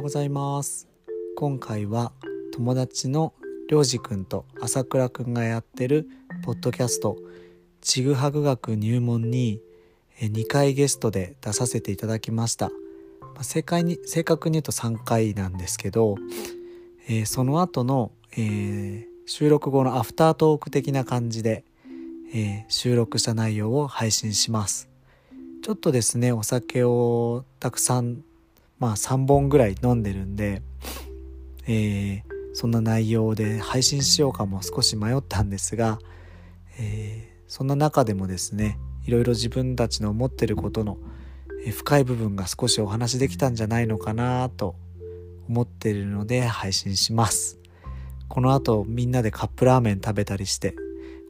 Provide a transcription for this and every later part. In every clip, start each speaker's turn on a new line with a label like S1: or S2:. S1: ございます今回は友達のりょうじくんと朝倉くんがやってるポッドキャストちぐはぐ学入門にえー2回ゲストで出させていただきました、まあ正解に正確に言うと3回なんですけど、えーその後の、えー収録後のアフタートーク的な感じで、えー収録した内容を配信しますちょっとですねお酒をたくさんまあ3本ぐらい飲んでるんで、えーそんな内容で配信しようかも少し迷ったんですが、えーそんな中でもですねいろいろ自分たちの思ってることのえー深い部分が少しお話できたんじゃないのかなと思っているので配信しますこの後みんなでカップラーメン食べたりして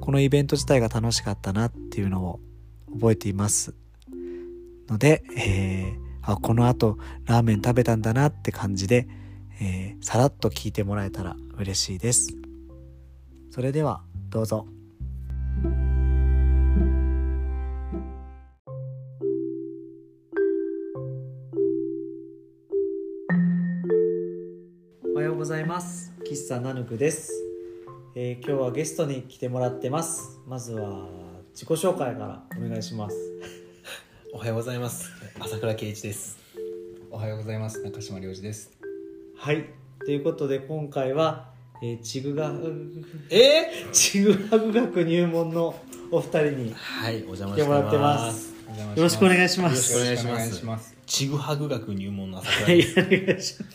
S1: このイベント自体が楽しかったなっていうのを覚えていますので、えーあこの後ラーメン食べたんだなって感じで、えーさらっと聞いてもらえたら嬉しいですそれではどうぞおはようございます喫茶ナヌクです、えー今日はゲストに来てもらってますまずは自己紹介からお願いします
S2: おはようございます朝倉圭一ですおはようございます中島良二です
S1: はいということで今回は、えー、ちぐが
S2: え
S1: ちぐはぐ学入門のお二人に
S2: はいお邪魔
S1: 来てもらってます
S2: お邪魔し
S1: よろしくお願いしま
S2: よろ
S1: す
S2: しくお願いしますちぐはぐ学入門の朝倉
S1: はい
S2: です
S1: お願いします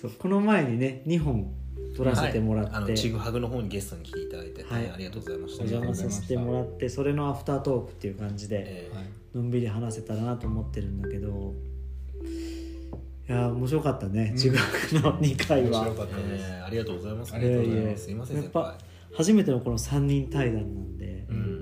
S1: そうこの前にね2本撮らせてもらって、
S2: はいあのちぐはぐの方にゲストに来ていただいて、
S1: はい
S2: ありがとうございまし
S1: お
S2: た
S1: 邪魔させてもらってそれのアフタートークっていう感じで
S2: え
S1: のんびり話せたらなと思ってるんだけどいやー面白かったね、
S3: うん
S1: ちぐはぐの2回は
S2: ーえーありがとうございます
S3: ありがとうござい
S1: や
S3: ま
S1: や
S2: すいません
S1: やっ
S2: 先輩
S1: ぱ初めてのこの3人対談なんで、
S2: うん
S3: うん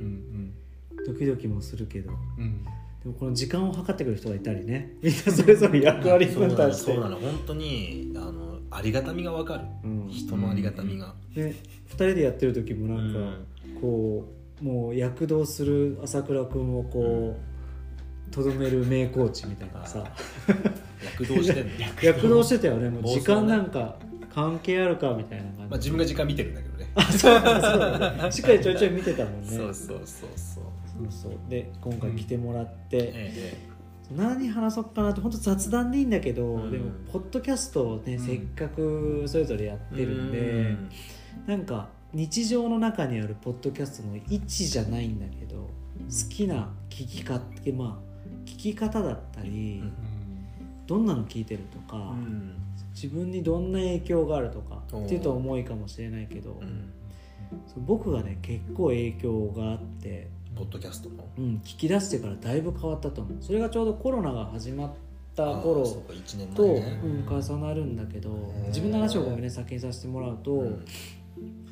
S1: ドキドキもするけど
S3: うんうん
S1: でもこの時間を計ってくる人がいたりねみんなそれぞれ役割分担して
S2: そうなのそうなの本当にあのありがたみがわかる
S1: うん
S2: 人のありがたみが、
S1: で2人でやってる時もなんか、こうもう躍動する朝倉君をこうとど、める名コーチみたいな さ
S2: 躍動して んの
S1: 躍動してたよねもう
S2: 暴走
S1: 時
S2: ね
S1: 間なんか関係あるかみたいな感じ、
S2: まあ自分が時間見てるんだけどね
S1: あ そうだねそうだねしっかりちょいちょい見てたもんね
S2: そうそうそうそう
S1: そうそうで今回来てもらって、
S2: え
S1: 何話そうかなって本当雑談でいいんだけど、
S2: うん
S1: でもポッドキャストをね、
S3: うん
S1: せっかくそれぞれやってるんで、
S2: うん
S1: なんか日常の中にあるポッドキャストの位置じゃないんだけど好きな聞き方まあ聞き方だったり、
S2: うん
S1: どんなの聞いてるとか、
S2: うん
S1: 自分にどんな影響があるとか
S2: おー
S1: っていうと重いかもしれないけど、
S2: うん
S1: そう僕がね結構影響があって、
S2: ポッドキャストの
S1: うん、聞き出してからだいぶ変わったと思うそれがちょうどコロナが始まった頃
S2: あーそうか一年
S1: と、
S2: 前ね
S1: うん、重なるんだけど
S2: へー
S1: 自分の話をごめんね先にさせてもらうと、
S2: うん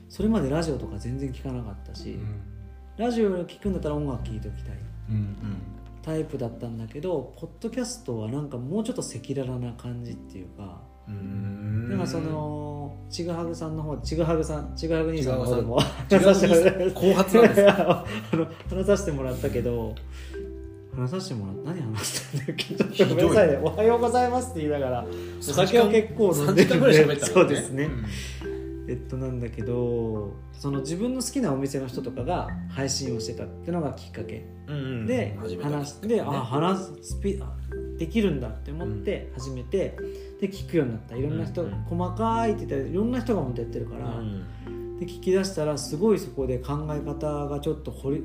S1: それまでラジオとか全然聞かなかったし、ラジオを聞くんだったら音楽聴いておきたい
S2: うん
S1: タイプだったんだけどポッドキャストはなんかもうちょっと赤裸々な感じっていうか、
S2: うーん
S1: なんかそのちぐはぐさんの方ちぐはぐさんちぐはぐ兄さんの方でも
S2: 違う
S1: 話させてもらっ
S2: 後発なんですか
S1: あの話させてもらったけど話させてもらった何話したんだっけちょっ
S2: ひ
S1: と
S2: ど
S1: ごめんな
S2: い
S1: さいね「おはようございます」って言いながらお酒を結構飲んで
S2: 3時間
S1: る
S2: ぐらい喋
S1: ん
S2: っ
S1: で
S2: た
S1: そうです
S2: う
S1: ね
S2: ん
S1: えっとなんだけどその自分の好きなお店の人とかが配信をしてたっていうのがきっかけ
S2: うん
S1: で
S2: 始めた
S1: 話してであ話すスピあできるんだって思って始めてで聞くようになったいろんな人
S2: うんうん
S1: 細かいって言ったらいろんな人が本当やってるか
S2: う
S1: ら
S2: ん
S1: で聞き出したらすごいそこで考え方がちょっと掘り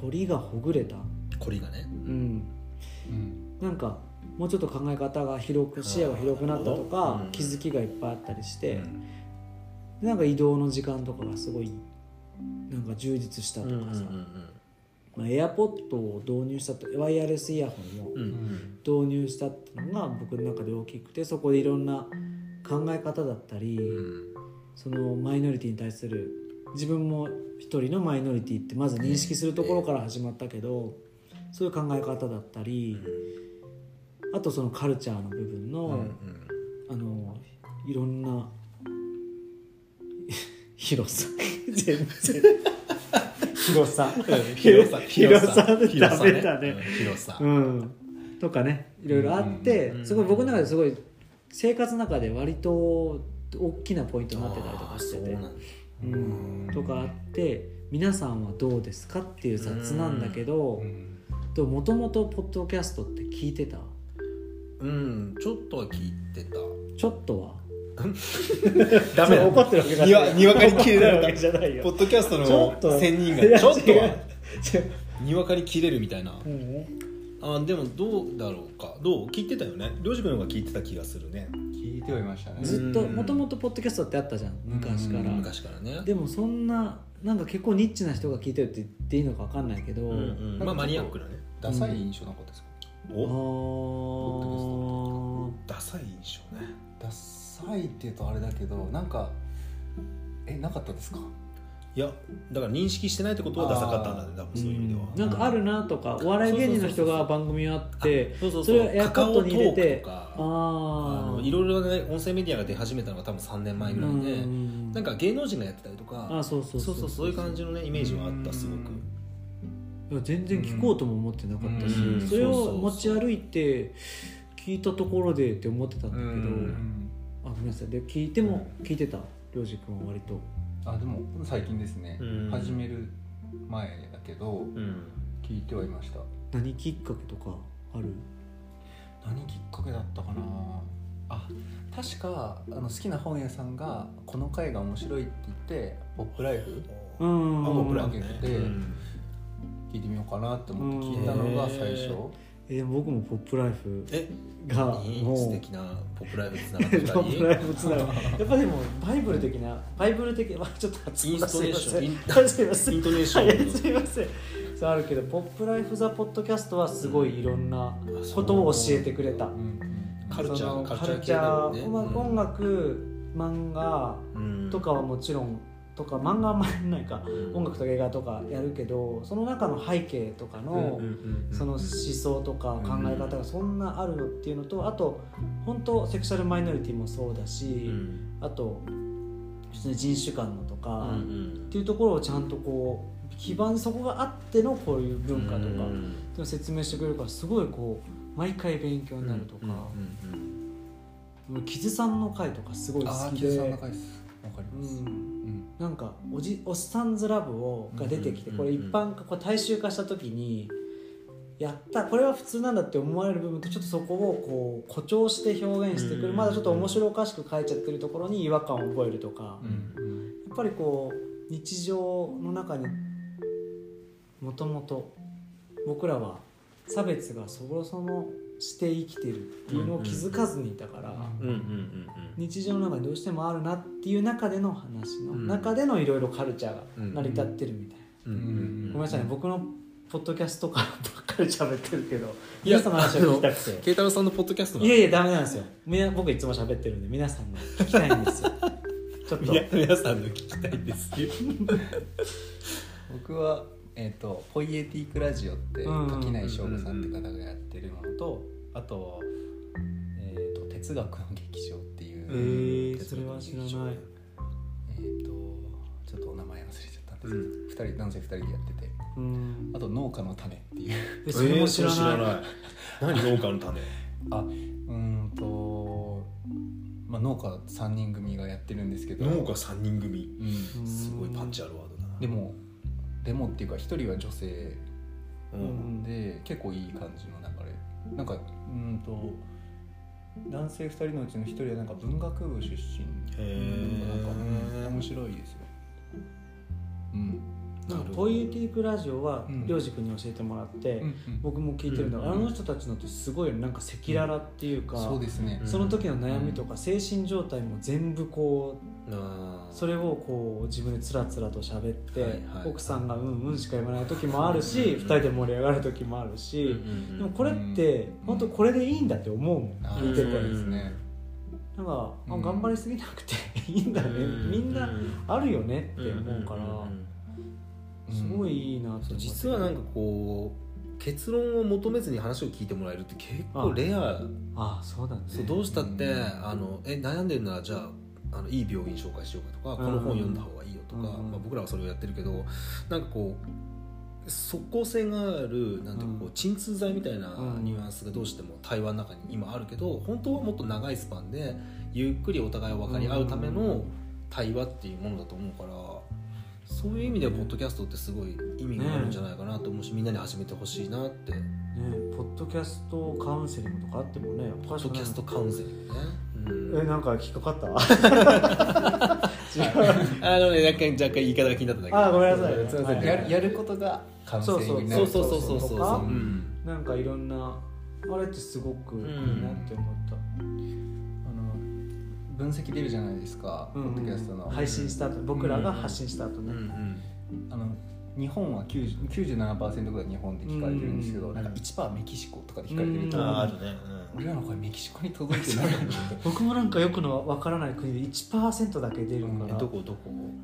S1: 掘りがほぐれた
S2: こりがね
S1: うんなんかもうちょっと考え方が広く視野が広くなったと
S2: なるほ
S1: か
S2: どうん
S1: 気づきがいっぱいあったりして。
S2: うん
S1: でなんか移動の時間とかがすごいなんか充実したと
S2: うんうん
S1: かさ、まあ、エアポッドを導入したとワイヤレスイヤホンを
S2: うんうん
S1: 導入したっていうのが僕の中で大きくてそこでいろんな考え方だったり、
S2: うん
S1: そのマイノリティに対する自分も一人のマイノリティってまず認識するところから始まったけど、そういう考え方だったり、あとそのカルチャーの部分の、
S2: うんうん
S1: あのいろんな 広 さ全然広さ
S2: 広さ
S1: 広さ
S2: 広さね
S1: ダメだね
S2: うん広さ
S1: うんとかねいろいろあって、
S2: うん
S1: すごい僕の中ですごい生活の中で割と大きなポイントになってたりとかしてて
S2: あーそうなんだ
S1: うんとかあって皆さんはどうですかっていう雑なんだけど
S2: うん
S1: でもともとポッドキャストって聞いてた
S2: うんちょっとは聞いてた
S1: ちょっとは
S2: ダメだ
S1: そう怒ってるわけじゃない
S2: にわにわかに切れられ
S1: 怒って
S2: た
S1: るわけじゃないよ
S2: ポッドキャスト
S1: ちょ
S2: の
S1: っと
S2: 仙人
S1: いや
S2: がちょっと
S1: 違う
S2: はにわかに切れるみたいな
S1: うん
S2: あでもどうだろうかどう聞いてたよねりょうじくんの方が聞いてた気がするね
S3: 聞いてはいましたね
S1: ずっと
S2: うん
S1: もともとポッドキャストってあったじゃん昔から
S3: うん
S2: 昔からね
S1: でもそんななんか結構ニッチな人が聞いてるって言っていいのか分かんないけど、
S2: うんうんまあマニアックなね
S3: ダサい印象なかったですか、
S2: お
S1: あ
S2: ダサい印象ね
S3: ダサいっていうとあれだけどなんかえなかったですか
S2: いやだから認識してないってことはダサかったんだね多分
S1: ー
S2: そういう意味では
S1: うんなんかあるなとかお笑い芸人の人が番組あって
S2: そうそう
S1: そ
S2: そう
S1: れをエアカットに入れて
S2: カカオトークとかあ
S1: あ
S2: の
S1: あ
S2: いろいろね音声メディアが出始めたのが多分3年前ぐらいでなんか芸能人がやってたりと
S1: あ
S2: か
S1: ーそうそ
S2: そううそうそういう感じのねイメージはあったすごく
S1: いや全然聞こうとも思ってなかったし、
S2: うん
S1: それ
S2: そうそう
S1: を
S2: そう
S1: 持ち歩いて聞いたところでって思ってたんだけど、
S2: うん
S1: あごめんなさいで聞いても聞いてた涼く君は割と
S3: あでも最近ですね、
S2: うん
S3: 始める前だけど
S2: うん
S3: 聞いてはいました
S1: 何きっかけとかある
S3: 何きっかけだったかなあ確かあの好きな本屋さんが「この回が面白い」って言って「ポップライフ
S1: うん
S3: あ僕ら
S2: ね
S3: で
S2: うん」
S3: 聞いてみようかなって思って聞いたのが最初、
S2: うん
S1: えー僕も「ポップライフ
S2: え
S1: が
S2: いい
S1: もう
S2: 素敵なポップライブつなが っ
S1: ポ
S2: てた
S1: ッ
S2: り
S1: プライフつながるやっぱでもバイブル的なバイブル的まあちょっと熱
S2: インストネーションイン
S1: すいません
S2: イントネーション
S1: はいすいませんそうあるけど「ポップライフ・ザ・ポッドキャスト」はすごいいろんなことを教えてくれた
S2: カルチャー
S1: その
S2: カル
S1: カ
S2: チャ
S1: ル
S2: ー
S1: チ
S2: 系だ
S1: ャ
S2: よ
S1: ー、
S2: ね
S1: まあ
S2: うん
S1: 音楽漫画
S2: うん
S1: とかはもちろんとか漫画はあんまりないか音楽とか映画とかやるけどその中の背景とかの、
S2: うんうんうん
S1: その思想とか考え方がそんなあるよっていうのとあと本当セクシャルマイノリティもそうだ
S2: う
S1: し、
S2: ん
S1: あと普通に人種間のと
S2: う
S1: か、っ
S2: ん
S1: ていうところをちゃんとこう基盤そこがあってのこういう文化とか、っ
S2: う
S1: てい
S2: ん
S1: うのを説明してくれるからすごいこう毎回勉強になるとか、
S2: うんうん
S1: もうキズさんの回とかすごい好
S3: ああ
S1: き
S3: 木
S1: で
S3: 田。さんの回ですわかり
S1: う
S3: ます、うん
S1: ん
S3: うん
S1: なんかおじ「おっさんずラブを」が出てきて
S2: うん
S1: これ一般化これ大衆化した時にやったこれは普通なんだって思われる部分とちょっとそこをこう誇張して表現してく
S2: う
S1: る
S2: ん
S1: まだちょっと面白おかしく書いちゃってるところに違和感を覚えるとか
S3: う
S2: うんん
S1: やっぱりこう日常の中にもともと僕らは差別がそもそもして生きてるっていうのを気づかずにいたから。
S2: うんうん
S1: 日常の中にどうしてもあるなっていう中での話の
S2: うん
S1: 中でのいろいろカルチャーが
S2: うん
S1: 成り立ってるみたいな、
S2: うんうんうんう
S1: ご
S2: ん
S1: めんなさいね僕のポッドキャストからばっかり喋ってるけど
S2: いや
S1: 皆さんの話を聞きたくて
S2: 慶太郎さんのポッドキャスト
S1: いやいやダメなんですよみな僕いつも喋ってるんで皆さんの聞きたいんですよちょっと
S2: や皆さんの聞きたいですけど
S3: 僕は、えー、とポイエティックラジオって
S1: うん
S3: 垣内翔吾さんって方がやってるのとあと,、えー、と哲学の劇場ってい
S1: え
S3: う、
S1: ー、それは知ら
S3: 哲学の劇場
S1: ない
S3: えー、とちょっとお名前忘れちゃったんですけど、二人男性2人でやってて
S1: うん
S3: あと「農家の種」っていう
S1: えそれも知らない,、
S2: 何農家の種
S3: あうーんと、まあ、農家3人組がやってるんですけど
S2: 農家3人組
S3: う、
S1: うん
S2: すごいパンチあるワードだなん
S3: でもでもっていうか1人は女性
S2: う
S1: うん
S2: ん
S3: で結構いい感じの流れなんかうーんと男性2人のうちの1人はなんか文学部出身
S2: へ
S3: なんか、うん面
S2: え
S3: 白いですよ、うん
S1: なんかポイエティックラジオは
S3: うん
S1: りょうじ君に教えてもらって、僕も聞いてるんだから、
S2: うん
S1: あの人たちのってすごいなんか赤裸々っていうか、
S3: そうですね、
S1: その時の悩みとか精神状態も全部こう
S2: あー
S1: それをこう自分でつらつらと喋って、
S2: はいはい
S1: 奥さんが「うんうん」しか言わない時もあるし、
S2: うん
S1: 2人で盛り上がる時もある
S2: うんう
S1: し、
S2: ん
S1: でもこれって、
S3: うん
S1: 本当これでいいんだって思うもん
S3: あー
S1: 聞いてて、
S3: そうですね、
S1: なんか、あ
S3: うん
S1: 頑張りすぎなくていいんだね、
S2: うん
S1: みん
S2: う
S1: なあるよねって思うから、
S2: ん
S1: すごいいいなって思って
S2: 実はなんかこう結論を求めずに話を聞いてもらえるって結構レア
S1: ああそうだね
S2: そうどうしたって、
S3: うん
S2: あのえ悩んでるならじゃああのいい病院紹介しようかとか、
S1: うん
S2: この本読んだ方がいいよとか、
S1: うん
S2: まあ、僕らはそれをやってるけどなんかこう即効性があるなんていうかこ
S3: う
S2: うん鎮痛剤みたいな
S1: うん
S2: ニュアンスがどうしても対話の中に今あるけど本当はもっと長いスパンでゆっくりお互いを分かり合うための対話っていうものだと思うからそういう意味ではポッドキャストってすごい意味があるんじゃないかなと思うしみんなに始めてほしいなって
S1: ポッドキャストカウンセリングとかあってもねお
S2: ポ
S1: か
S2: ッ
S1: し
S2: ド
S1: くな
S2: キ
S1: い
S2: ャストカウンセリングね。うん
S1: えなんか引っかかった 違う
S2: あのね、若干若干言い方が気になっただけ
S1: あごめんなさい
S2: すいません、
S1: はい
S3: やるやることが完成にな
S2: そ
S3: る
S2: うそうそうそうそうそう
S1: とか
S2: うん
S1: なんかいろんなあれってすごくいいなって思った、
S3: あの分析出るじゃないですか、
S1: うん
S3: ポッドキャストの,、
S1: 配信した後僕らが発信した後
S2: うん
S1: ね、
S2: うん
S3: あの日本は90 97%ぐらい日本で聞かれてるんですけど、
S1: うん
S3: なんか1%メキシコとかで聞かれてると、
S1: うん
S2: ああるね、
S3: 俺らの声メキシコに届いてない
S1: 僕もなんかよくのわからない国で1%だけ出る
S2: う
S1: か
S2: ん、
S1: ら、
S2: えど
S1: どこ
S2: こ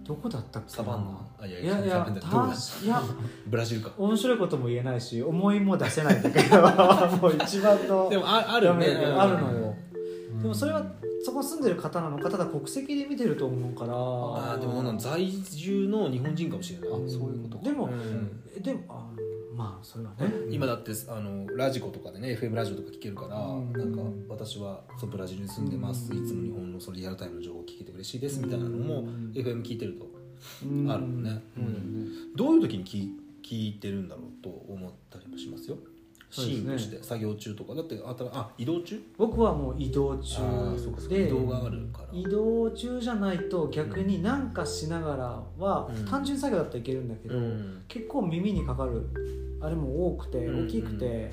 S2: どこ
S1: だったっけな
S2: サバンナあいや
S1: いやい
S2: サ
S1: や
S2: バンナじゃないどこだ
S1: たいや
S2: ブラジルか
S1: 面白いことも言えないし思いも出せないんだけ どもう一番の
S2: でもああるね
S1: ダメだけどあるのよ、でもそれ
S3: は
S1: はそこ住んでる方なのかただ国籍で見てると思うから
S2: あーでもなんだ在住の日本人かもしれない
S3: あそういうことか
S1: でも、
S2: うん
S1: えでもあまあそれはね
S2: 今だってあのラジコとかでね FM ラジオとか聞けるから、
S1: うん
S2: なんか私はそうブラジルに住んでます、
S1: うん
S2: いつも日本のそのリアルタイムの情報を聞けて嬉しいですみたいなの
S1: う
S2: も
S1: ん
S2: FM 聞いてると
S1: うん
S2: あるもんね、
S1: うん
S2: どういう時に聞聞いてるんだろうと思ったりもしますよ
S1: そ
S2: シ
S1: うですね
S2: ーンとして、作業中とかだってあたあ移動中
S1: 僕はもう移動中
S2: あーそうかそうか
S1: で
S2: 移動があるから
S1: 移動中じゃないと逆に何かしながらは、
S2: うん
S1: 単純作業だったらいけるんだけど、
S2: うん
S1: 結構耳にかかるあれも多くて
S2: うん
S1: 大きくて、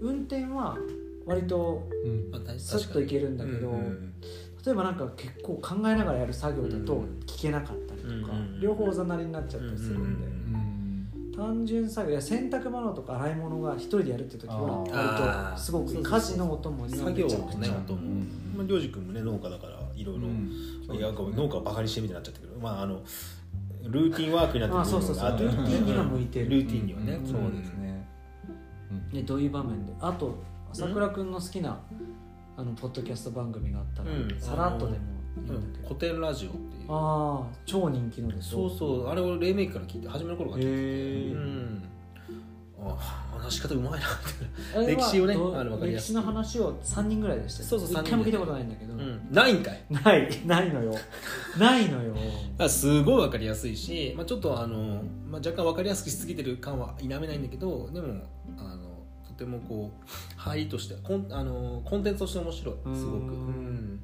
S1: 運転は割と
S3: うん
S2: まあ大
S1: スッといけるんだけど
S2: うんうん
S1: 例えばなんか結構考えながらやる作業だ
S2: う
S1: と
S2: ん
S1: 聞けなかったりとか、
S2: うん
S1: 両方おざなりになっちゃったりするんで、
S2: うん
S3: うん
S1: 単純作業や洗濯物とか洗い物が一人でやるって時は
S2: あー
S1: 割とすご
S2: あー
S1: く
S2: そうそう
S1: 家事の音も
S2: 作業
S1: ちゃ
S2: も
S1: く
S2: ね
S1: ちゃ
S2: 音も、
S3: うん
S2: まあ、りょうじくんもね農家だからいろいろ、いやごめん農家をバカにしてみたいになっちゃったけどまああのルーティンワークになって
S1: あそうそうそう
S2: 部分があって
S1: ルーティンには向いてる
S2: ルーティンにはね、
S3: うん
S2: そう
S3: そう
S2: で
S3: ですす
S2: ね
S3: ね、
S1: ね、どういう場面であと朝倉くんの好きなあのポッドキャスト番組があったら、
S2: うん
S1: さらっとでもいい
S2: うん
S1: んだけど、
S2: 古典ラジオっていう
S1: ああ超人気のでし
S2: そ
S1: ょ
S2: うそうあれを黎明期から聞いて初めの頃から聞いて
S1: へー
S2: て、うん、あ話し方うまいなって
S1: あれは
S2: 歴史をね
S1: どう
S2: あのわかりや
S1: 歴
S2: す
S1: 史
S2: く
S1: の話を三人ぐらいでしたよ
S2: そうそう三人
S1: 一回も聞いたことないんだけど、
S2: うん、ないんかい
S1: ないないのよないのよ
S2: だからすごい分かりやすいし、まあ、ちょっとあの、まあ、若干分かりやすくしすぎてる感は否めないんだけどでもあのとてもこう入りとしてコンあのコンテンツとして面白いす
S1: うーん
S2: ごくうん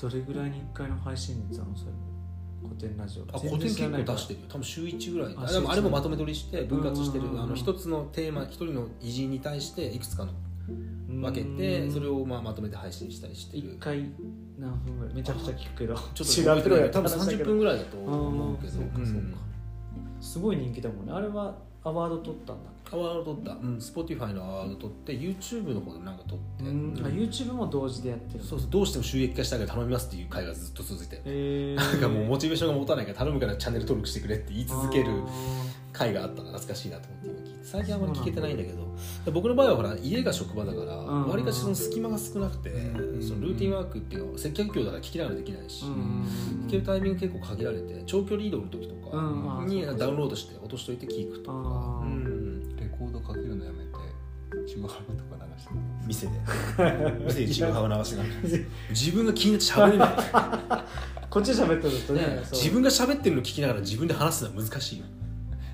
S1: どれぐらいに一回の配信率なのそれ古典ラジオ
S2: あ古典結構出しててるよ多分週1ぐらい
S1: あ
S2: あで
S1: 週
S2: も
S1: 一
S2: あれもまとめ取りして分割してる
S1: うんうんうん
S2: あの一つのテーマ一人の偉人に対していくつかの分けてそれをまあまとめて配信したりして
S1: 一
S2: る
S1: 回何分ぐらいめちゃくちゃ聞くけど
S2: ちょっと覚えてない多分30分
S1: ぐ
S2: ぐらいだと思うけど
S1: そうかそうか、
S2: ん
S1: すごい人気だもんねあれはアワード取ったんだ
S2: アワード取った、うん、Spotify のアワード取って YouTube の方でもなんか取って、
S1: うんあ YouTube も同時でやってる
S2: そううそうどうしても収益化したいから頼みますっていう会がずっと続いてる、
S1: えー、
S2: なんかもうモチベーションが持たないから頼むからチャンネル登録してくれって言い続ける
S1: あ
S2: 会があったの懐かしいなと思って今聞いて最近あんまり聞けてないんだけどで僕の場合はほら家が職場だから
S1: うん
S2: わりかしその隙間が少なくて
S3: うん
S2: そのルーティンワークっていうのは接客業だから聞きながらできないし
S1: ーうん
S2: 聞けるタイミング結構限られて長距離移動の時と
S1: う
S2: か
S1: んあー
S2: に
S1: そうか
S2: ダウンロードして落としといて聞くとか
S1: あー
S2: うん
S3: レコードかけるのやめてちぐはぐとか流して
S2: 店 で店で自分が流しながら自分が気になって喋れない
S1: こっち喋ってるとねそう
S2: 自分が喋ってるの聞きながら自分で話すのは難しいよ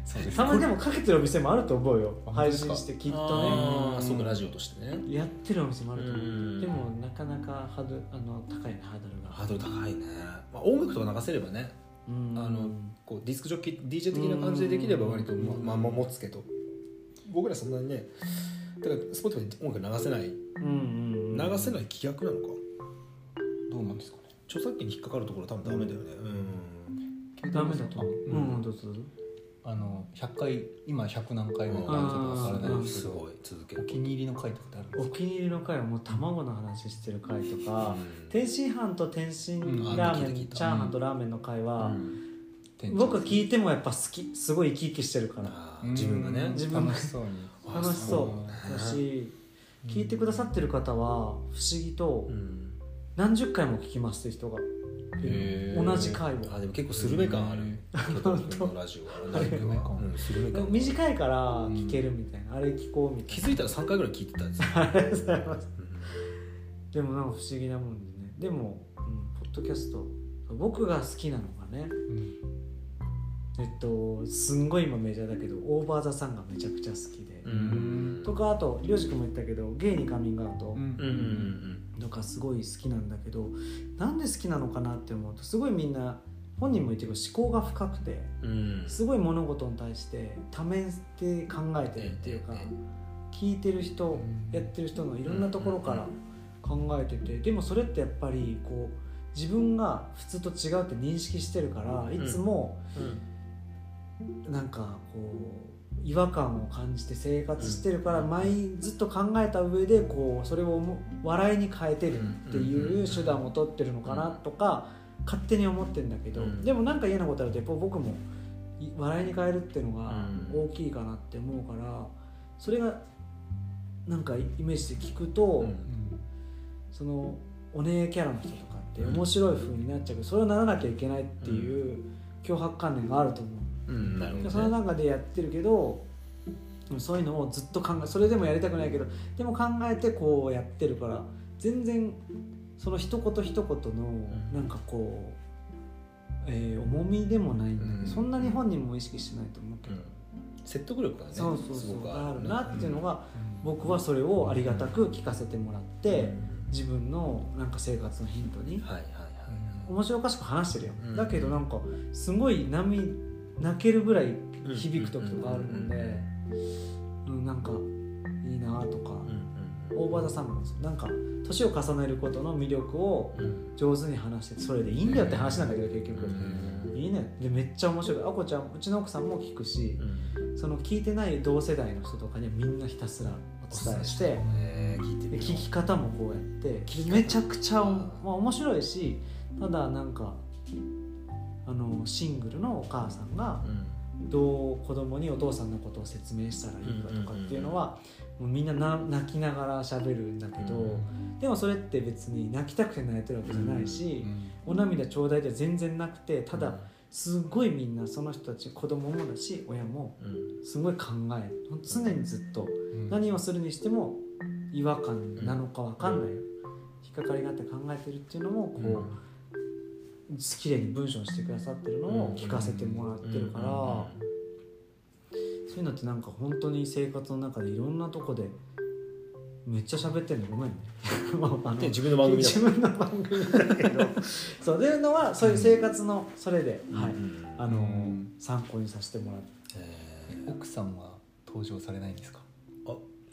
S3: そうです
S1: たまにでもかけてるお店もあると思うよ
S3: 本当
S1: 配
S3: ですか
S1: 信してきっと
S2: あー
S1: ね
S2: そうかラジオとしてね
S1: やってるお店もあると思
S2: うん
S1: うでもなかなかハードあの高いねハードルが
S2: ハードル高いね、まあ、音楽とか流せればね
S1: うん
S2: あのこうディスクジョッキー DJ 的な感じでできれば割とままあまあ持つけど僕らそんなにねだから Spotify で音楽流せない
S1: うんうんうん
S2: 流せない規約なのか
S3: どうなんですかね
S2: 著作権に引っかかるところ多分ダメだよねうん
S1: ダメだと思う
S2: う
S1: うんんうんどうぞどうぞ
S3: あの100回今100何回目
S2: うん
S3: かあるかわからない
S1: うん
S3: ですけ
S2: す
S3: ど
S2: ごい続け
S3: お
S2: る
S3: 気に入りの回とかってあるんで
S1: お
S3: すか
S1: 気に入りの回はもう卵の話してる回と
S2: う
S1: か
S2: ん
S1: 天津飯と天津ラーメン、
S2: うんあ聞いた聞いた
S1: チャーハンとラーメンの回は、
S3: 店長
S1: 僕は聞いてもやっぱ好きすごい生き生きしてるから
S2: あー自分がね
S3: うん
S1: 自分が
S3: 楽しそうに
S2: あ
S1: 楽しそ
S2: あ
S1: うだ
S2: そうね
S1: し聞いてくださってる方は不思議と
S2: うん
S1: 何十回も聞きますって人が
S2: へー
S1: 同じ回を
S2: あでも結構スルメ感あるケトル君のラジオは
S1: 本当
S2: ライブは
S3: はい
S2: うんスルメ感
S1: 短いから聞けるみたいな、あれ聞こうみたい
S2: 気
S1: な
S2: づいたら3回ぐらい聞いてたんですよ、
S1: ありがとうございます
S2: うん
S1: でもなんか不思議なもんでねでも、うん、ポッドキャスト僕が好きなのがねえっとすんごい今メジャーだけどオーバー・ザ・さんがめちゃくちゃ好きで、
S2: うん
S1: とかあとりょうじくんも言ったけどゲイにカミングアウト
S2: うんうんうん
S1: とかすごい好きなんだけど、なんで好きなのかなって思うとすごいみんな本人も言ってるけど思考が深くて
S2: うん
S1: すごい物事に対して多面で考えてるっていうか、
S2: ええ
S1: 聞いてる人やってる人のいろんなところから考えててでもそれってやっぱりこう自分が普通と違うって認識してるからいつもなんかこう違和感を感じて生活してるから
S2: うん
S1: 毎ずっと考えた上でこうそれをも笑いに変えてるっていう手段を取ってるのかなとか勝手に思ってるんだけど
S2: うん
S1: でもなんか嫌なことあるとやっぱ僕もい笑いに変えるっていうのが
S2: うん
S1: 大きいかなって思うからそれがなんかイメージで聞くと、
S2: うん
S1: そのお姉キャラの人とかって
S2: うん
S1: 面白い風になっちゃうけどそれはならなきゃいけないっていう脅迫観念があると思う。
S2: うんなるほど、ね、
S1: その中でやってるけどそういうのをずっと考えそれでもやりたくないけどでも考えてこうやってるから全然その一言一言の
S2: ん
S1: なんかこう、えー重みでもないんだけど、
S2: うん
S1: そんなに本人も意識してないと思うけ
S2: う
S1: ど、
S2: ん説得力がね
S1: そうそうそ
S2: すご
S1: う
S2: く
S1: あ
S2: ある
S1: るなっていうのが僕
S3: は
S1: はそれをありがたく聞かせてもらって、
S2: うん
S1: 自分のなんか生活のヒントに
S2: はいはいはい
S1: 面白おかしく話してるよ、
S2: うん
S1: だけどなんかすごい波泣けるぐらい響く時とかあるので、
S2: うん
S1: うん、なんかいいなとか、
S2: うん
S1: 大場さんもそうなんか年を重ねることの魅力を
S2: うんうん
S1: 上手に話してそれでいいんだよって話なんだけど結局、
S2: うん
S1: いいねでめっちゃ面白いあこちゃんうちの奥さんも聞くし、その聞いてない同世代の人とかにはみんなひたすらお伝えして、
S2: えー聞いて
S1: で
S2: みよう
S1: 聞き方もこうやって
S2: 聞き方
S1: めちゃくちゃ、
S2: うん
S1: まあ、面白いしただなんかあのシングルのお母さんが
S2: うん
S1: どう子供にお父さんのことを説明したらいいかとかっていうのはもうみんなな泣きながら喋るんだけど、でもそれって別に泣きたくて泣いてるわけじゃないし、お涙ちょうだいじゃ全然なくてただすごいみんなその人たち子供もだし親も
S2: うんうん
S1: すごい考えるほんと常にずっと。何をするにしても違和感なのかわかんない、引っかかりがあって考えてるっていうのもこう、綺麗に文章にしてくださってるの
S2: うん
S1: を聞かせてもらっ
S2: うん
S1: てるから、そういうのってなんか本当に生活の中でいろんなとこでめっちゃ喋ってんのごめんねまああの
S2: で自分の番組だ
S1: 自分の番組だけどそういうのはそういう生活のそれで、はい
S2: うん
S1: あの
S3: うん
S1: 参考にさせてもらって
S2: えー
S3: 奥さんは登場されないんですか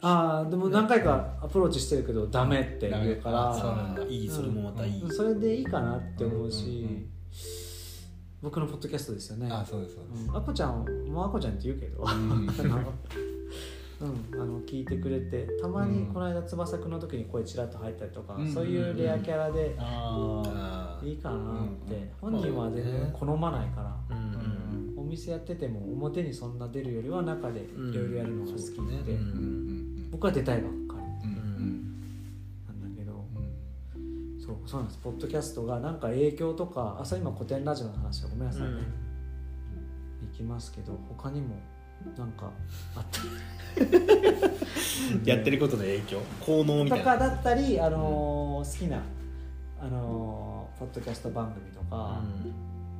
S1: ああでも何回かアプローチしてるけどダメって言うか
S3: ダ
S1: ら
S3: メ
S2: そうなんだいいそれもまたいい、
S1: うんそれでいいかなって思うし、
S3: うんうんうん
S1: 僕のポッドキャストですよね
S3: あそうですそうです
S1: うんあこちゃんもうあこちゃんって言うけどあのうん、あの聞いてくれてたまにこの間翼くんの時に声ちらっと入ったりとか、
S3: うん
S1: そういうレアキャラで
S3: あ
S2: あー
S1: いいかなって、
S2: うん
S1: 本人は全然好まないから、
S2: うんうん
S1: お店やってても表にそんな出るよりは中でいろいろやるのが好きで、
S2: うんそうねう
S3: あうんん
S1: 僕は出たいばっかり
S3: うんうん
S1: なんだけど、
S3: う
S1: そうそうなんですポッドキャストがなんか影響とか朝今古典ラジオの話はごめんなさいね、行きますけど他にもなんかあったり
S2: うん やってることの影響効能みた
S1: と
S2: い
S1: か
S2: な
S1: だったり、あのー好きな、あのーポッドキャスト番組とか、
S2: うん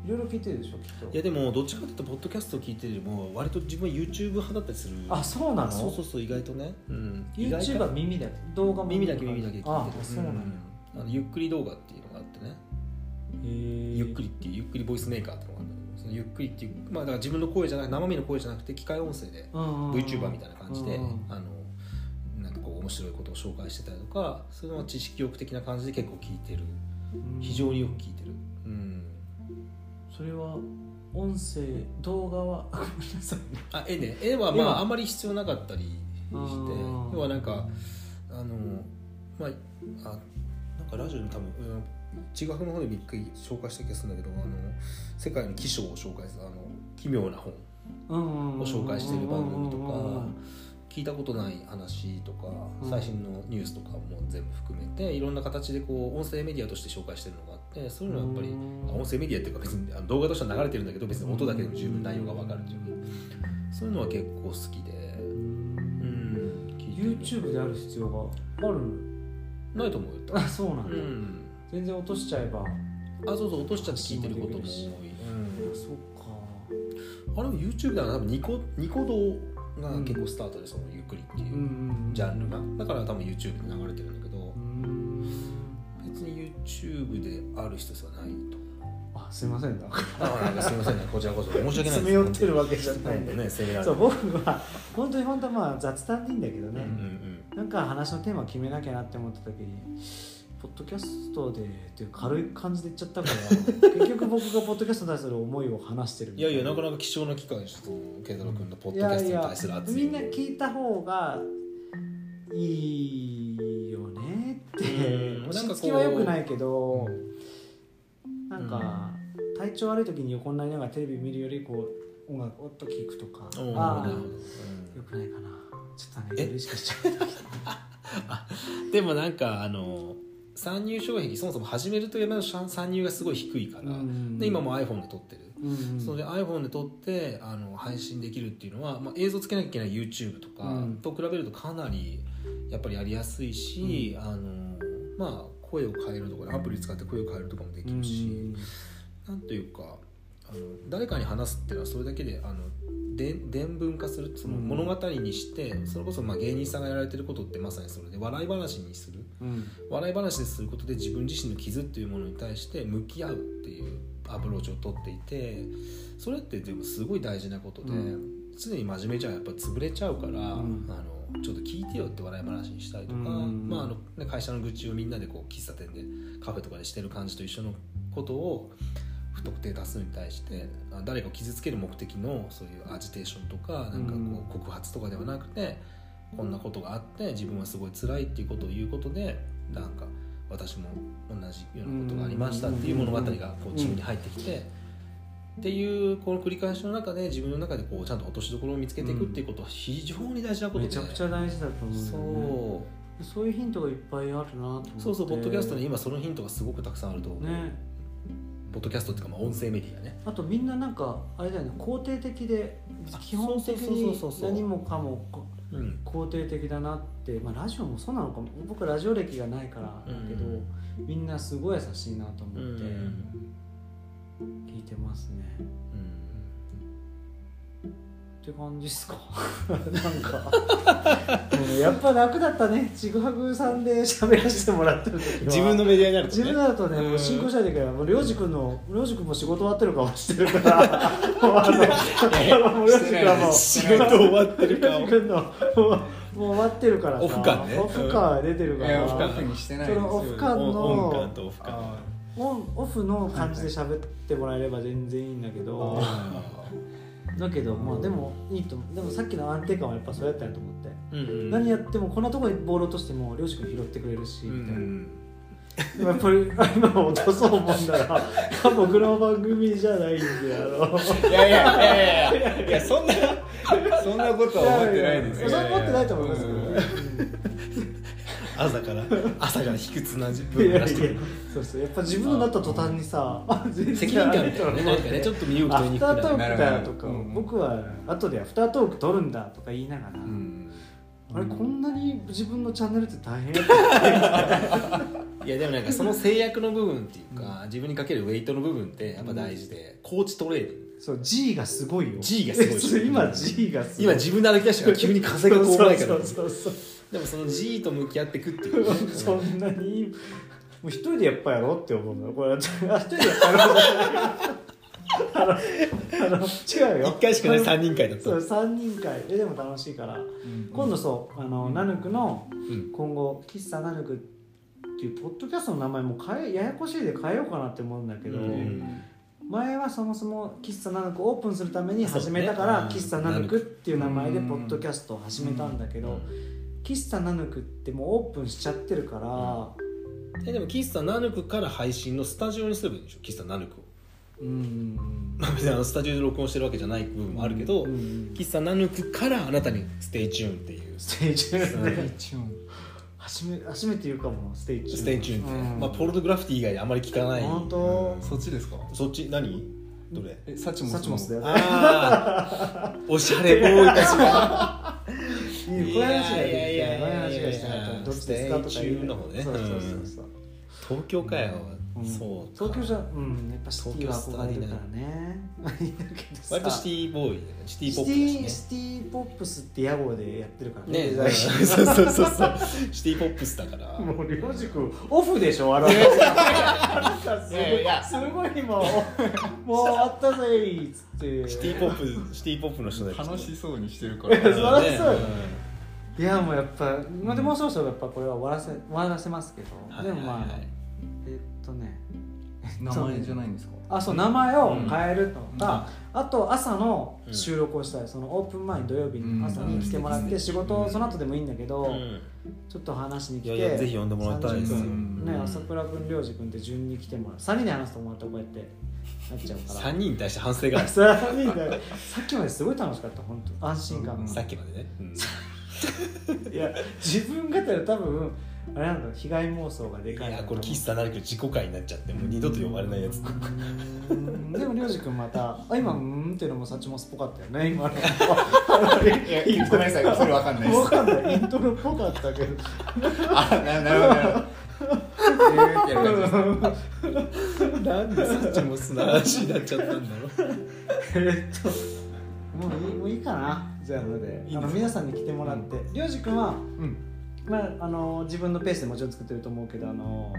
S1: いろいろ聞いてるでしょきっ
S2: い
S1: と
S2: やでもどっちかというとポッドキャストを聞いてるよりも割と自分は YouTube 派だったりする
S1: あそうなの
S2: そうそうそう意外とね、うん、意外と
S1: YouTube は耳だけ動画も
S2: 耳だけ耳だけ聞いてる
S1: あそうなの、
S2: うんあのゆっくり動画っていうのがあってね
S1: へー
S2: ゆっくりっていうゆっくりボイスメーカーっていうのがあるんだけどそのゆっくりっていうまあだから自分の声じゃない生身の声じゃなくて機械音声で
S1: うんうんうん
S2: VTuber みたいな感じで、
S1: うんうん
S2: あのなんかこう面白いことを紹介してたりとかそういうのは知識欲的な感じで結構聞いてる
S1: うん
S2: 非常によく聞いてるうん
S1: それは音声動画は ごめんなさいね
S2: あ絵ね絵は
S1: 絵
S2: ま
S1: は
S2: ああんまり必要なかったりして
S1: あー
S2: 要はなんかあのまああなんかラジオに多分、うん、地学の方でびっくり紹介した気がするんだけどあの世界の気象を紹介するあの奇妙な本
S1: うんうんうんうんうんうん
S2: を紹介している番組とか聞いたことない話とか、
S3: うん
S2: 最新のニュースとかも全部含めていろんな形でこう音声メディアとして紹介してるのがあってそういうのはやっぱり、あ音声メディアっていうか別にあの動画としては流れてるんだけど別に音だけでも十分内容が分かるっていうかそういうのは結構好きでうん聞いてる
S1: YouTube である必要がある
S2: ないと思うよ多
S1: あ
S2: 分
S1: そうなん
S2: う
S1: だ、
S2: ん
S1: 全然落としちゃえば
S2: あそうそう落としちゃって聞いてることも多い、
S1: そっか
S2: うん、あれも YouTube だから多分ニコニコ動が結構スタートでそのゆっくりっていううん
S1: うん
S2: ジャンルがだから多分 YouTube で流れてるんだけど
S1: うん
S2: 別に YouTube である必要はないと
S1: あすいませんだ
S2: あなんかすみませんねこちらこそ申し訳ない
S1: 詰め寄ってるわけじゃないんで
S2: ね攻めら れ
S1: そ
S2: る
S1: う僕は本当に本当はまあ雑談でいいんだけど
S2: うんう
S1: ね、
S2: ん
S1: なんか話のテーマ決めなきゃなって思った時にポッドキャストでっていう軽い感じで言っちゃったから 結局僕がポッドキャストに対する思いを話してる
S2: うん
S1: み
S2: い
S1: た
S2: やいやなか
S1: な
S2: なか貴重な機会にちょっと慶太郎君のポッ
S1: い
S2: ドキャ
S1: や
S2: ス
S1: い
S2: トに
S1: や
S2: 対する熱い
S1: みんな聞いた方がいいよねって
S2: うん
S1: 押し付けは良くないけどなん
S2: ん
S1: か体調悪い時に横になりながらテレビ見るよりこう音楽をっと聴くとか
S2: おー
S1: あ
S2: なるほど
S1: あよくないかなちょっと
S2: え
S1: ね意識しちゃう
S2: うんでもなんかあの参入障壁そもそも始めると山の参入がすごい低い から、で今、も iPhone で撮ってる、
S1: うんうん
S2: それで iPhone で撮ってあの配信できるっていうのは、まあ、映像つけなきゃいけない YouTube とか
S1: うん
S2: と比べるとかなりやっぱりやりやすいし、あのまあ声を変えるとかねアプリ使って声を変えるとかもできるし、なんというかあの誰かに話すっていうのはそれだけであので伝文化するその
S1: うん
S2: 物語にして、それこそまあ芸人さんがやられてることってまさにそれで笑い話にする
S1: うん
S2: 笑い話ですることで自分自身の傷っていうものに対して向き合うっていうアプローチをとっていてそれってでもすごい大事なことで、
S1: う
S2: 常に真面目じゃやっぱ潰れちゃうから、
S1: ん
S2: あのちょっと聞いてよって笑い話にしたりとか、
S1: うん
S2: まああのね、会社の愚痴をみんなでこう喫茶店でカフェとかでしてる感じと一緒のことを不特定多数に対してあ誰かを傷つける目的のそういうアジテーションとかなんかこう告発とかではなくて、こんなことがあって自分はすごい辛いっていうことを言うことでなんか私も同じようなことがありましたっていう物語がこう自分に入ってきて。っていうこの繰り返しの中で自分の中でこうちゃんと落としどころを見つけていくっていうことは非常に大事なことで、
S1: めちゃくちゃ大事だと思うんだよね
S2: そう
S1: そういうヒントがいっぱいあるなと思って
S2: そうそうポッドキャストに今そのヒントがすごくたくさんあると思う、
S1: ね
S2: ポッドキャストっていうかまあ音声メディアね
S1: あとみんななんかあれだよね肯定的で
S2: あ
S1: 基本的
S2: そうそうそうそう
S1: に
S2: そう
S1: 何もかもこ
S2: うん
S1: 肯定的だなって、まあ、ラジオもそうなのかも僕ラジオ歴がないからだけど、
S2: う
S1: みんなすごい優しいなと思
S2: う
S1: って
S2: ん
S1: 聞いてますね、って感じっすか なんか うんやっぱ楽だったねちぐはぐさんで喋らせてもらってる時は
S2: メディアになる
S1: 自分だとね、
S2: うん
S1: もう進行しないといけない。もう、りょうじくんの、りょうじくんも仕事終わってる顔してるから、もうあの、もう、りょうじくんはもう、
S2: 仕事終わって
S1: り
S2: る
S1: ょう
S2: 顔
S1: じくんの、もう、もう終わってるからさ、
S2: オフ感ね
S1: オフ感出てる
S3: い
S1: か
S3: や
S1: ら、
S3: オフ
S1: オ
S3: 感にしてない
S1: そのオフ感の
S2: オン感とオフ感
S3: あ
S1: ンオフの感じで喋ってもらえれば全然いいんだけど、だけど、まあでも、いいと思う。でもさっきの安定感はやっぱそうやったなと思って。
S2: うんうん
S1: 何やってもこんなとこにボール落としてもりょうじくん拾ってくれるし
S2: うんう
S1: みたいなんでもやっぱり今落とそうもんなら僕の番組じゃないんであの
S3: ーいやいやいやいやいやいやそんなそんなことは思ってないですよ
S1: いやいやそれ思ってないと思いますけど
S3: うん
S1: ね
S2: 朝から朝から卑屈な自
S1: うんい
S2: 分
S1: や
S2: を
S1: いや
S2: 出してくる
S1: そうそうやっぱ自分のなった途端にさ責
S2: 責任感みたいなねなんかねちょっと身動き
S1: ア
S2: 取り
S1: フ
S2: に
S1: タ
S2: く
S1: ー
S2: く
S1: トー
S2: な
S1: ク
S2: る
S1: だとか
S3: うん
S1: 僕は後でアフタートーク撮るんだとか言いながら
S2: うん
S1: あれこんなに自分のチャンネルって大変だった
S2: いやでもなんかその制約の部分っていうか自分にかけるウェイトの部分ってやっぱ大事でコーチトレーニング
S1: そう G がすごいよ
S2: G がすご い
S1: そう今 G がすごい
S2: 今自分で歩き出したから急に風がこうないから
S1: そうそうそうそう
S2: でもその G と向き合ってくっていうね
S1: そんなにもう一人でやっぱやろうって思うのこれは一人でやっぱやろうじゃないあのあの違うよ
S2: 一回しかない
S1: あ
S2: 3人会だ
S1: の
S2: った
S1: そう3人会えでも楽しいから今度そうあの、ナヌクの
S2: うん
S1: 今後喫茶ナヌクっていうポッドキャストの名前も変えややこしいで変えようかなって思うんだけど、
S2: うん
S1: 前はそもそも喫茶ナヌクをオープンするために始めたか
S2: そう
S1: ら、
S2: ねうん
S1: 喫茶ナヌクっていう名前で
S3: うん
S1: ポッドキャストを始めたんだけど、
S2: うん
S1: 喫茶ナヌクってもうオープンしちゃってるから、
S2: えでも喫茶ナヌクから配信のスタジオにすればいいんでしょ喫茶ナヌクを
S1: うん
S2: まあ別にあのスタジオで録音してるわけじゃない部分もあるけど、
S1: うん
S2: 喫茶ナヌクからあなたにステイチューンっていう
S1: ステイチューンね
S3: 一応
S1: 初め初めて言うかもステイチューン
S2: ステイチューンって、
S3: うん
S2: まあ、ポルノグラフィティ以外であまり聞かない
S1: 本当
S3: そっちですか
S2: そっち何どれ
S3: えサチモス
S1: サチモスだよね
S2: ああ おしゃれ多いたちが
S1: いいこういう話ができたいこういう話がした
S2: いやいやいやい
S1: か
S2: や
S1: どっちですかとか言う
S2: ステイチューンの方ね
S1: そうそうそうそう
S2: 東京かよ、
S1: うん
S2: そうか
S1: 東京じゃうんやっぱシティは憧れるからねいいんだけどさ
S2: 割とシティボーイだよねシティポ
S1: シ
S2: ッ
S1: テ
S2: プ
S1: ィ
S2: だし
S1: シティポップスって屋号でやってるから
S2: ねね
S1: デ
S2: え
S1: ザイン
S2: そうそうそうそうシティポップスだから
S1: もう両軸オフでしょ笑うあなたすご
S2: いやい
S1: い
S2: や
S1: すごい今もうあったぜいっつって
S2: シティポップシティポップの人だ
S3: 楽し
S2: い
S3: そうにしてるから
S1: いやそ
S2: そう
S1: 楽しそういやもうやっぱ、まあ、でもそろそろやっぱこれは終わらせ終わらせますけど、でもまあ、えっとね
S3: 名前じゃないんですか
S1: あそう名前を変えるとか、あと朝の
S2: うん
S1: 収録をしたいそのオープン前に土曜日に朝に来てもらっ
S3: う
S1: て
S3: ん
S1: 仕事その後でもいいんだけど、
S2: う
S1: ちょっと話しに来
S2: ん、いや
S1: て
S2: いやぜひ呼んでもらいたいですよ、
S1: 30
S3: う
S1: 分
S3: ん
S1: ね朝倉君涼く君って順に来てもらう3人で話すとまたこうやってなっちゃうから
S2: 3人に対して反省がある
S1: 3人だよさっきまですごい楽しかった本当安心感、
S3: うん
S2: さっきまでね、うん
S1: いや自分語りは多分あれなんだろう被害妄想がで
S2: い
S1: かいんだ
S2: や
S1: と
S2: こ
S1: 思
S2: れ
S1: う
S2: 喫茶なるけど自己回になっちゃってもう二度と呼ばれないやつ
S1: うんでも涼く君またあ今「うん」っていうのもサチモスっぽかったよね 今の
S3: いやごめんなさいそれわかんないで
S1: わ
S3: す
S1: かんないイントロっぽかったけど
S3: あななるほどなるほどやる感じです
S2: なんでサッチモスな話になっちゃったん だろう
S1: えっともういいもういいかなじゃあので
S3: いいです
S1: あの皆さんに来てもらって涼く君は
S3: うん
S1: まあ、あの自分のペースでもちろん作ってると思うけどあの、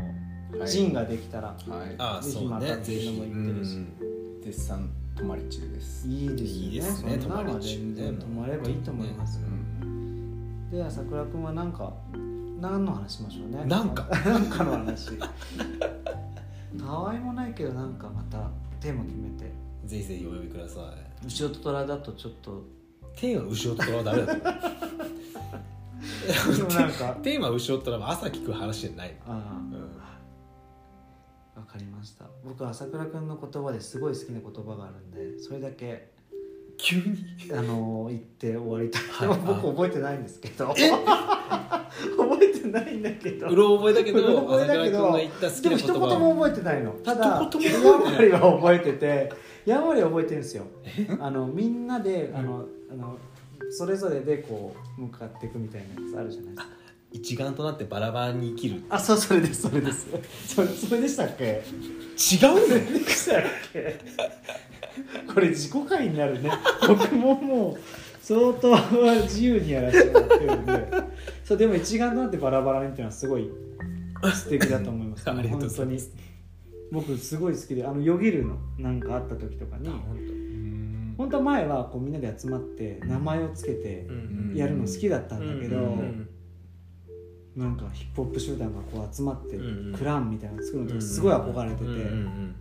S3: はい
S1: ジンができたら
S3: はい
S2: ああ
S1: ぜひ
S2: そう
S1: また
S2: ね
S1: って
S2: ぜ
S1: いう
S2: ひ
S1: のも言ってるし
S3: 絶賛泊まり中です
S1: いいですよね
S2: いいですね
S1: そんなのは全然
S2: 泊
S1: 泊ま
S2: まり中ね
S1: ればいいと思います
S3: う
S1: よ、
S3: ん
S1: では桜くんは何か何の話しましょうね
S2: なんか
S1: なんかの話たわいもないけどなんかまたテーマ決めて
S2: ぜひぜひお呼びください
S1: 後ろと虎だとちょっと
S2: テーマ後ろとらはダメだと
S1: でもなん か
S2: テーマ後ろとらは朝聞く話じゃない
S1: あ
S2: う
S1: あ
S2: ん
S1: わかりました僕は朝倉くんの言葉ですごい好きな言葉があるんでそれだけ
S2: 急に
S1: あの言って終わりたい、
S2: は
S1: で
S2: い
S1: も僕覚えてないんですけど 覚
S2: え
S1: えてないんだけど
S2: うろ覚えだけ
S1: うろ
S2: ど
S1: 覚えだ
S2: 朝倉
S1: け
S2: 君
S1: ど
S2: が言った好き
S1: でも
S2: な
S1: 一
S2: 言葉
S1: 言
S2: を
S1: も覚えてないのただやん
S2: 一言も覚え
S1: わ
S2: て
S1: りは覚えててやんわりは覚えてるんですよあのみんなであのあのそれぞれでこう向かっていくみたいなやつあるじゃないですか
S2: 一丸となってバラバラに生きる
S1: あそうそれですそれです それそれでしたっけ
S2: 違うね
S1: でしたっけこれ自己回になるね僕ももう相当は自由にやらせてもらってるんでそうでも一丸となってバラバラにっていうのはすごい素敵だと思います
S2: ありがとうございま
S1: 本当に僕すごい好きであのよぎるのなんかあった時とかに
S3: うん
S1: 本当は前はこうみんなで集まって名前をつけて
S2: うん
S1: やるの好きだったんだけど、
S2: うん
S1: なんかヒップホップ集団がこう集まって
S2: うん
S1: クランみたいなの作るのとかすごい憧れてて。
S2: うんうん
S3: うん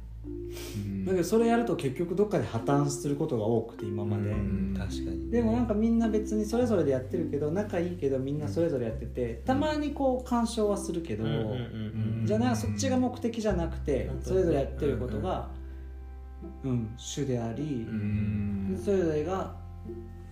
S1: だけどそれやると結局どっかで破綻することが多くて今まで、
S2: うん確かに
S1: でもなんかみんな別にそれぞれでやってるけど仲いいけどみんなそれぞれやっててたまにこう干渉はするけど、
S2: うんうんうん
S1: じゃあなそっちが目的じゃなくて
S2: 本当
S1: それぞれやってることが、うん主であり
S2: う、
S3: うんん
S1: それぞれが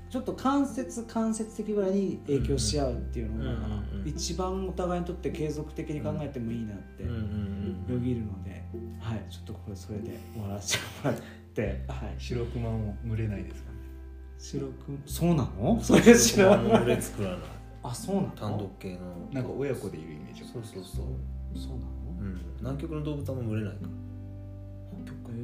S1: ちょっと間接間接的ぐらいに影響し合うっていうのが、
S2: うんうん
S1: 一番お互いにとって継続的に考えてもいいなって。
S2: うん うんう
S1: よ
S2: ん
S1: ぎるので、はい、ちょっとこれそれで終わらせてもらって、はい、
S3: 白熊も群れないですかね
S1: 白くんそうなの？それ知ら
S2: この
S1: な
S2: 群れ
S1: い。
S2: 作らない
S1: あ、そうなの？
S2: 単独系の
S3: なんか親子でいるイメージ
S2: そうそうそう、
S1: そうなの？
S2: うん、南極の動物はもう群れないから、
S1: へえ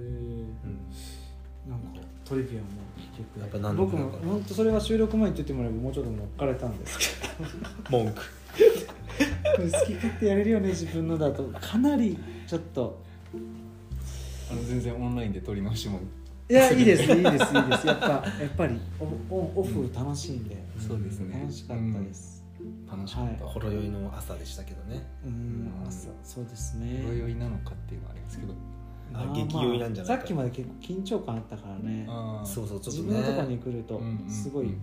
S2: うん、
S1: なんかトリビアも聞けて
S2: やっぱ何でも
S1: 僕
S2: だ
S1: も
S2: から
S1: 本当それは収録前に言ってもらえばもうちょっと乗っかれたんですけ
S2: 文句
S1: ど好き勝手やれるよね自分のだとかなりちょっと
S3: あの全然オンラインで撮り直しても
S1: いやいいですいいですいいです やっぱやっぱりオオオフ楽しいんで、
S3: そうですね
S1: 楽しかったです、
S3: 楽しかった、
S1: は
S2: ほろ酔いの朝でしたけどね
S1: うん、朝そうですね
S3: ほろ酔いなのかっていうのはありますけど、
S2: あ激酔いなんじゃないか
S1: さっきまで結構緊張感あったからね
S3: あー
S2: そうそうちょっ
S1: 自
S2: と
S1: 分のとこに
S2: ね
S1: 来ると
S3: うんうん
S1: すごい、
S3: うん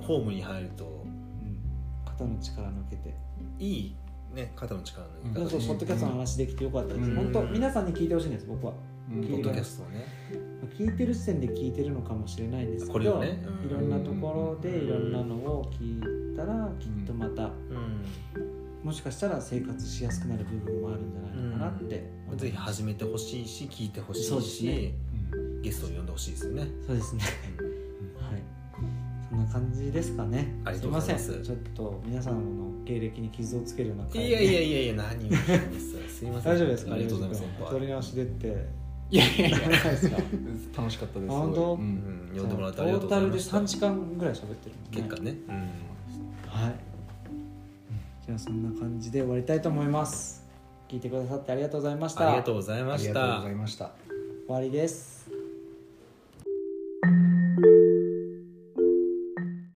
S2: ホームに入ると
S1: うん肩の力抜けて
S2: いいね肩の力の
S3: うん
S1: そうそうポッドキャストの話できてよかったです、
S3: うん
S1: 本当皆さんに聞いてほしいんです僕は
S3: うん
S2: ポッドキャストをね
S1: まあ聞いてる視点で聞いてるのかもしれないんですけど
S2: これをねうん
S1: いろんなところでいろんなのを聞いたらきっとまた、
S2: うん
S1: もしかしたら生活しやすくなる部分もあるんじゃないのかなって思います
S2: ぜひ始めてほしいし聞いてほし
S1: そう
S2: い
S1: です
S2: し、
S1: ね
S3: うん
S2: ゲストを呼んでほしいですよね
S1: そうですねはいそんな感じですかね
S2: ありがとうございます
S1: いませんちょっと皆さんの経歴に傷をつけるような回
S2: い
S1: で
S2: やいやいやいや何を言ってますすいません
S1: 大丈夫ですか
S2: ありがとうございます
S1: 取り直しでって
S2: いやいやいや、
S1: ならないですか
S3: 楽しかったです
S1: あ本当
S3: う
S2: うんん、呼んでもらってありがとうご
S1: ト
S2: ざい
S1: ータルで
S2: ました
S1: 3時間ぐらい喋ってるもんね
S2: 結果ね、うん、
S1: はい。じゃあそんな感じで終わりたいと思います。聞いてくださってありがとうございました。
S2: ありがとうござい
S3: あ
S2: ま
S3: り
S2: し
S3: がとうご
S2: た
S3: ざいました
S1: 終わりです。
S2: 終